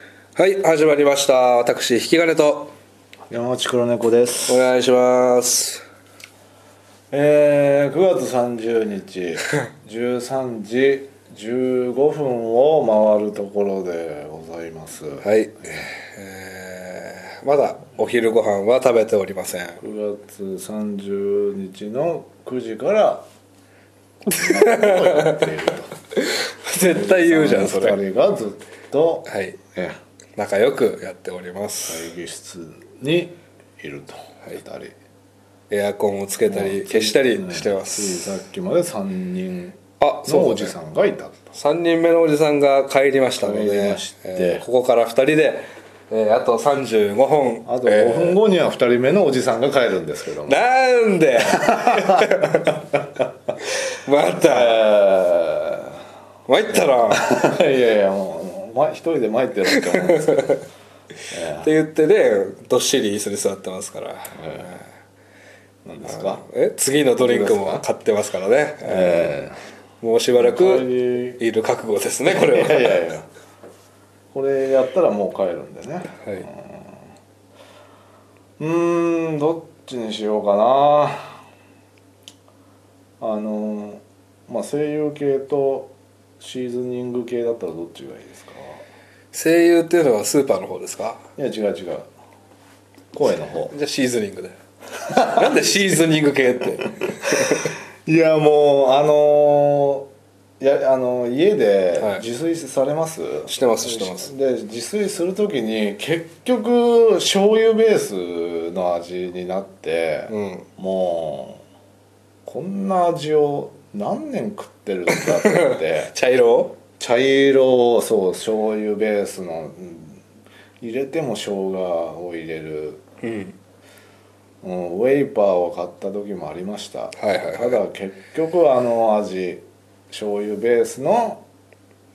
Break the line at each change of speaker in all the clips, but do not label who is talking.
はい始まりました私引き金と
山内黒猫です
お願いします
えー、9月30日 13時15分を回るところでございます9
はい、えーまだお昼ご飯は食べておりません
月30日の9時 から
絶対言うじゃんそれは
2人がずっと、
い
え
仲良くやっております、
ー会議室にいると、二人
エアコンをつけたり消したりしてま
つい
す、
さっきまで3人
あ
の
そ
お
うで
じ
す
さんがいたと
3人目のおじさんが帰りましたの
帰り
で
まして
えーここから2人で、えーあと35本
あと5分後には2人目のおじさんが帰るんですけども
なんで また
え
参ったな
ー いやいやもう、ま、一人で参ってると思うんですけど
って言ってねどっしり椅子に座ってますから
なんですか
え次のドリンクも買ってますからね、
え
もうしばら
これ
くいる覚悟ですねこ
い
れは
やいやいやこれやったらもう帰るんでね
はい、
うーんどっちにしようかなあのまあ声優系とシーズニング系だったらどっちがいいですか
声優っていうのはスーパーの方ですか
いや違う違う声の方
じゃあシーズニング でなんでシーズニング系って
いやもうあのーいやあのー家
は
で
い
自炊されます、
してますしてます
で自炊する時に結局醤油ベースの味になって、
うん
もうこんな味を何年食ってるんだと思って
茶色
茶色をそう醤油ベースのうん入れても生姜を入れる
うん
うん、ウェイパーを買った時もありました、
いはいはい
ただ結局あの味醤油ベースの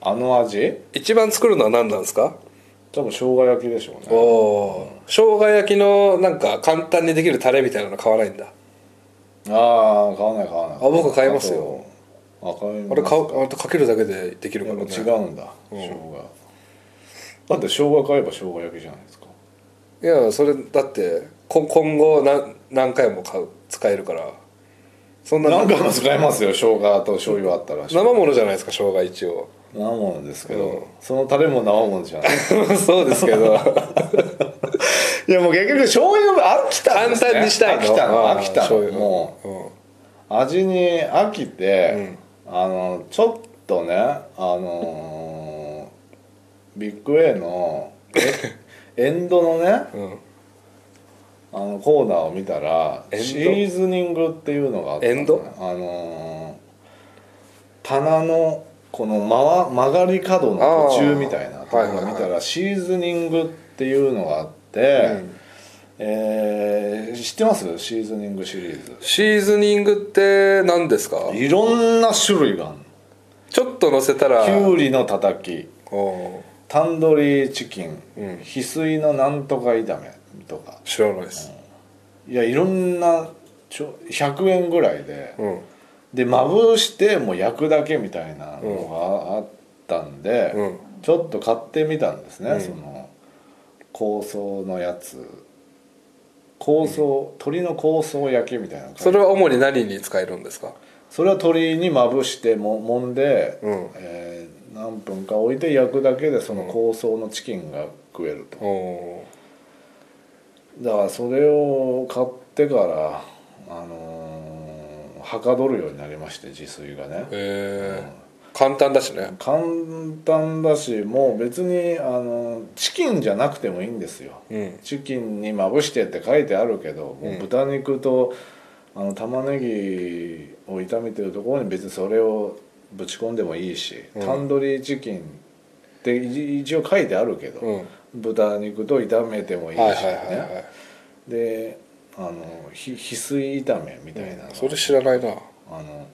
あの味
一番作るのは何なんですか
多分生姜焼きでしょう
お
ね
おー生姜焼きのなんか簡単にできるタレみたいなの買わないんだ
ああ買わない買わない
あ僕買いますよ
あとあ買います
あれ買うあれかけるだけでできる
や
か
っ
らね
ぱ違うんだ、生姜だって生姜買えば生姜焼きじゃないですか
いやそれだってこ今後何何回も買う使えるからそんな
何回も使えますよ生姜と醤油あったら
生ものじゃないですか生姜一応
生ものですけど、
うん
そのタレも生ものじゃない
そうですけ ど
いやもう結局醤油飽きたん
簡
です、ね、
単にしたいの
飽きたの
あー
飽きた
醤
の
油
もう味に飽きて、あのちょっとねあのービッグ A の えエンドのね
うん、うん、
あのコーナーを見たら
エンド
シーズニングっていうのがあったのね
エンド
あのー棚のこの回曲がり角の途中みたいなところを見
はいは
た
い
らシーズニングっていうのがあって、
うん
えー知ってますシーズニングシリーズ
シーズニングって何ですか
いろんな種類があるの
ちょっと乗せたら
きゅうりのたたき
おー
タンドリーチキン、
うん
翡翠のなんとか炒めとか
知らないです
いやいろんなちょ100円ぐらいで、
うん、
でまぶしてもう焼くだけみたいなのがあったんで、
うん
ちょっと買ってみたんですね、
うん
その香草のやつ香草、鶏の香草焼きみたいなの買い
それは主に何に使えるんですか
それは鶏にまぶしても揉んで、
うん
えー何分か置いて焼くだけでその香草のチキンが食えると、
おお
だからそれを買ってからあのーはかどるようになりまして自炊がね
ーへえ簡単だしね
簡単だしもう別に、あのーチキンじゃなくてもいいんですよ
うん
チキンにまぶしてって書いてあるけど、もう豚肉とあの玉ねぎを炒めてるところに別にそれをぶち込んでもいいし、
うん
タンドリーチキンってい一応書いてあるけど、
うん
豚肉と炒めてもいいし
はいは
ね、
いはいはい
であのひ翡翠炒めみたいなの、
それ知らないな
あの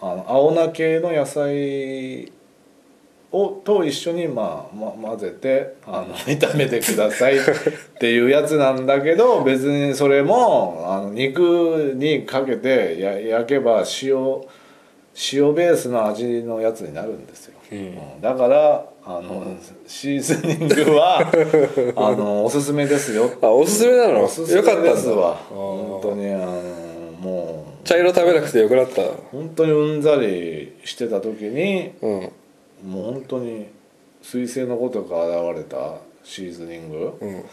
あの青菜系の野菜をと一緒に、まあま、混ぜてあの炒めてくださいっていうやつなんだ けど別にそれもあの肉にかけてや焼けば塩塩ベースの味のやつになるんですよ、
うん
だからああのシーズニング はあのおすすめですよ
あおすすめなの
おすすめ
よかったんだ
ですわ
あー
本当にあのもう
茶色食べなくてよくなった
本当にうんざりしてた時に
うん
もう本当に彗星のごとく現れたシーズニング
うん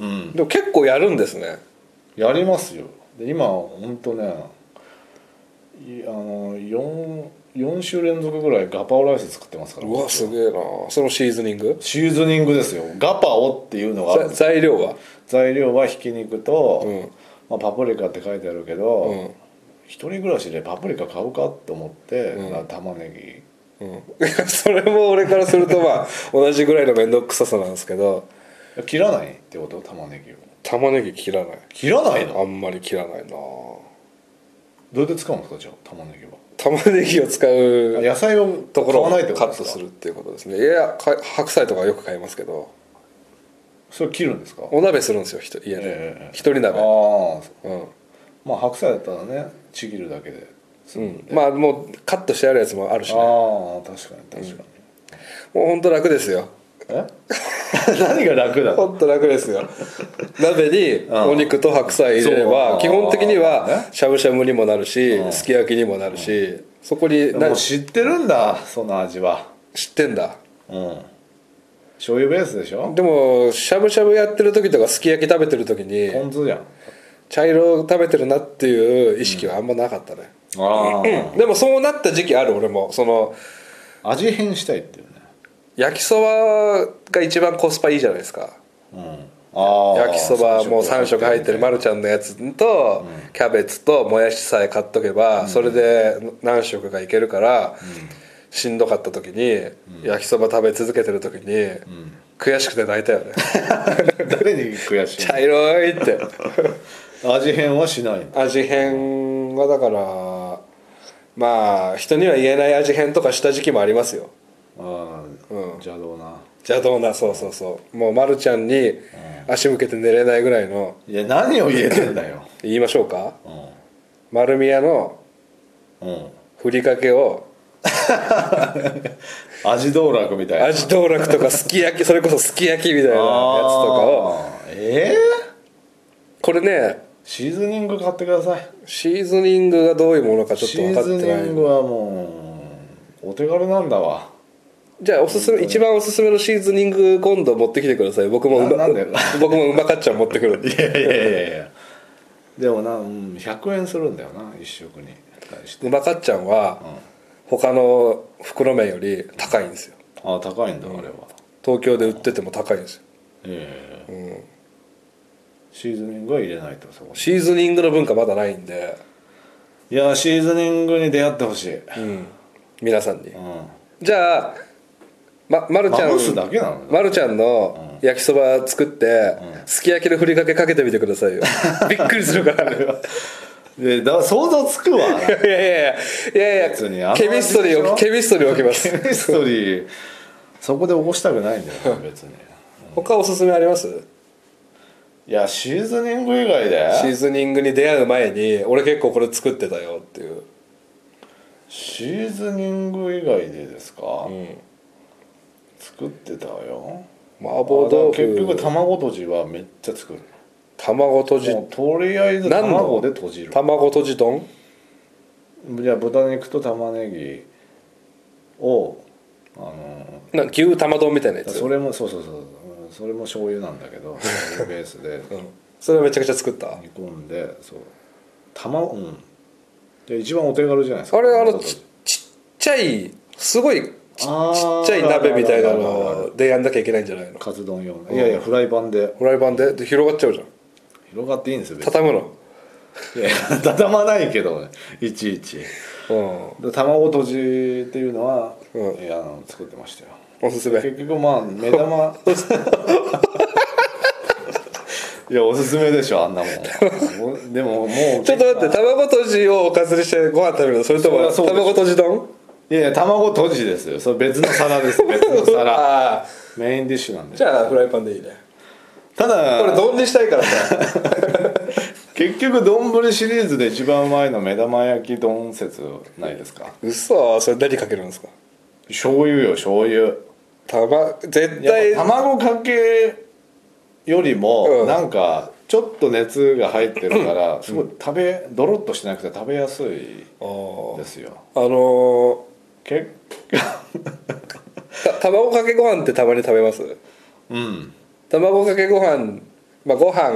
うん
でも結構やるんですね
やりますよで今本当ねいあの 4, 4週連続ぐらいガパオライス作ってますから
うわすげえなそのシーズニング
シーズニングですよガパオっていうのがあるん
ざ
です
材料は
材料はひき肉と、
うん
まあ、パプリカって書いてあるけど、
うん
一人暮らしでパプリカ買うかと思って、
うん
まあ玉ね
うん、 それも俺からするとまあ同じぐらいの面倒くささなんですけど
ぎ切らないってこと玉ねぎを
玉ねぎ切らない
切らないの
あんまり切らないな
どうやって使うんですかじゃあ玉ねぎは
玉ねぎを使
あ
う
野菜を
ところ
買
を
わ
カ
ないってこと
ッ
です
ト
か
するっていうことですねいやか白菜とかよく買いますけど
それ切るんですか
お鍋するんですよ一人家
ええ
で一、人
ああ
鍋
ー
うん、
まあ白菜だったらねちぎるだけで済むん
うん
で、
まあもうカットしてあるやつもあるしねも
ああ確かに確かに、
うほんと楽ですよ
え 何が楽だ
ほんと楽ですよ 鍋に
ん
お肉と白菜入れれ
そう
ば基本的に
ね
はしゃぶしゃぶにもなるし
うん
すき焼きにもなるしそこに
も
何
う知ってるんだその味は
知ってんだ
うん醤油ベースでしょ
でもしゃぶしゃぶやってる時とかすき焼き食べてる時に
ポン酢じゃん
茶色食べてるなっていう意識はあんまなかったね、
あ
でもそうなった時期ある俺もその
あ味変したいっていうね
焼きそばが一番コスパいいじゃないですか
うんああ
焼きそばもう3色入ってるまる
ち
ちゃんのやつとキャベツともやしさえ買っとけばそれで何食かいけるからしんどかった時に焼きそば食べ続けてる時に悔しくて泣いたよ ね
ゃん誰に悔しい
茶色いって
の味変はしないの
味変はだからまあ人には言えない味変とかした時期もありますよ
あ
う
あ
ん
邪道な
邪道なそうそうそうもうまるちゃんに足向けて寝れないぐらいの
いや何を言えてんだよ
言いましょうか
う
丸宮の
んうん
ふりかけを
味道楽みたいな
味道楽とかすき焼きそれこそすき焼きみたいなやつとかを
あーええ
これね
シーズニング買ってください
シーズニングがどういうものかちょっと分かっ
シ
て
ーズ
な
ニン
い
グはもうお手軽なんだわ
じゃあおすすめ一番おすすめのシーズニング今度持ってきてください僕もう
な
ま
なんだよ
僕もうまかっちゃん持ってくるん
い
で
やいやいやいやでもな、うん、100円するんだよな一食に対して
うまかっちゃんは他の袋麺より高いんですよ
ああ高いんだ、あれは
東京で売ってても高いんですよ
ええシーズニングは入れないとそこに
シーズニングの文化まだないんで、
いやシーズニングに出会ってほしい、うん、
皆さんにじゃあままるちゃ
まぶ
ん
すだけなの
まるちゃんの焼きそば作って、すき焼きのふりかけかけてみてくだ さいよびっくりするからい
でだ想像つくわ
やいやいやいや
別
い
にあ
や
の
ケミストリーを
味でしょ
ケミストリーを置きま
ケ
す
ミストリーそこで起こしたくないんだよな別に
他おすすめあります
いやシーズニング以外で
シーズニングに出会う前に俺結構これ作ってたよっていう
シーズニング以外でですか、
ん
作ってたよ
麻婆豆
あだから結
腐
局卵とじはめっちゃ作る
卵とじ
もうとりあえず
何の
卵でとじる
卵とじ丼
じゃあ豚肉と玉ねぎをあの
な牛玉丼みたいなやつ
それもそうそうそううんそれも醤油なんだけど醤油ベースで
うん、それはめちゃくちゃ作った
煮込んでそう卵うんで一番お手軽じゃないですか
あれあの
卵と
ち
じ
ちっちゃいすごいちち
あー
っちゃい鍋みたいなの
あるあるあるあ
をでやんなきゃいけないんじゃないの
カツ丼用のいやいやフライパンで
フライパンでで広がっちゃうじゃん
広がっていいんですよ別に
畳むの
いや畳まないけどいちいち
う
で卵とじっていうのは、
うん
いやあの作ってましたよ
んおすすめ
結局まあ目玉いやおすすめでしょあんなもんでももう
ちょっと待って卵とじをおかずにしてご飯食べるのそれとも
そりゃそうでしょ
卵とじ丼
いやいや卵とじですよそれ別の皿です別の 皿
ああ
メインディッシュなんで
じゃあフライパンでいいね
た
これ
だ
丼にしたいから さ
結局丼シリーズで一番前の目玉焼き丼説ないですか
嘘それ何かけるんですか
醤油よ醤油
たま絶
や
対
っぱ卵かけより
う
も
ん
なんかちょっと熱が入ってるからすごい食べドロッとしなくて食べやすい
あー
ですよ
あの
結
ーた卵かけご飯ってたまに食べます
構うん
卵かけご飯まあご飯、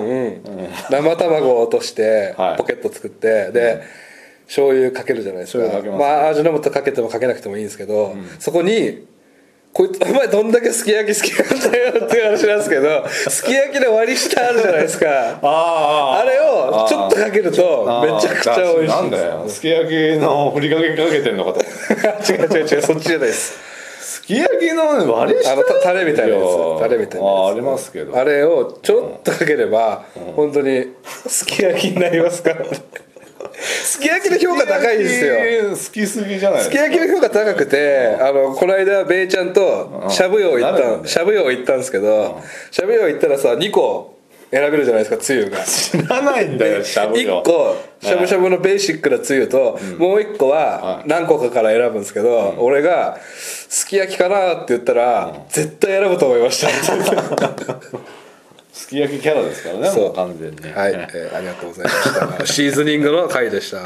生卵を落として
はい
ポケット作って、で醤油かけるじゃないですか
醤油かけます
ま
ね
あ味の素かけてもかけなくてもいいんですけど、そこにこいつ お前どんだけすき焼き好きなんだよっていう話なんですけどすき焼きの割り下あるじゃないですか
あ
あれをちょっとかけると
あー
めちゃくちゃ美味し
ないん
で
だよすき焼きのふりかけかけてんのかと思った
す 違う違う違うそっちじゃないです
すき焼きの割り下
あのたタレみたいなやつタレみたいなやつ
あーありますけど
あれをちょろっとかければ、本当にすき焼きになりますからすき焼きの評価高いですよ
よ好きすぎじゃないで
す
す
き焼きの評価高くてあのこの間べいちゃんとしゃぶ用行っ
なる
た
よ
ん
ね
しゃぶ用行ったんですけどしゃぶ用行ったらさ2個選べるじゃないですかつゆが
知らないんだよしゃぶ
1
よ
個しゃぶしゃぶのベーシックなつゆと、もう1個は
はい
何個かから選ぶんですけど、俺が「すき焼きかな?」って言ったら、絶対選ぶと思いました」って言って
すき焼きキャラですからね
そう
もう完全に
はい、えーありがとうございました。シーズニングの回でした。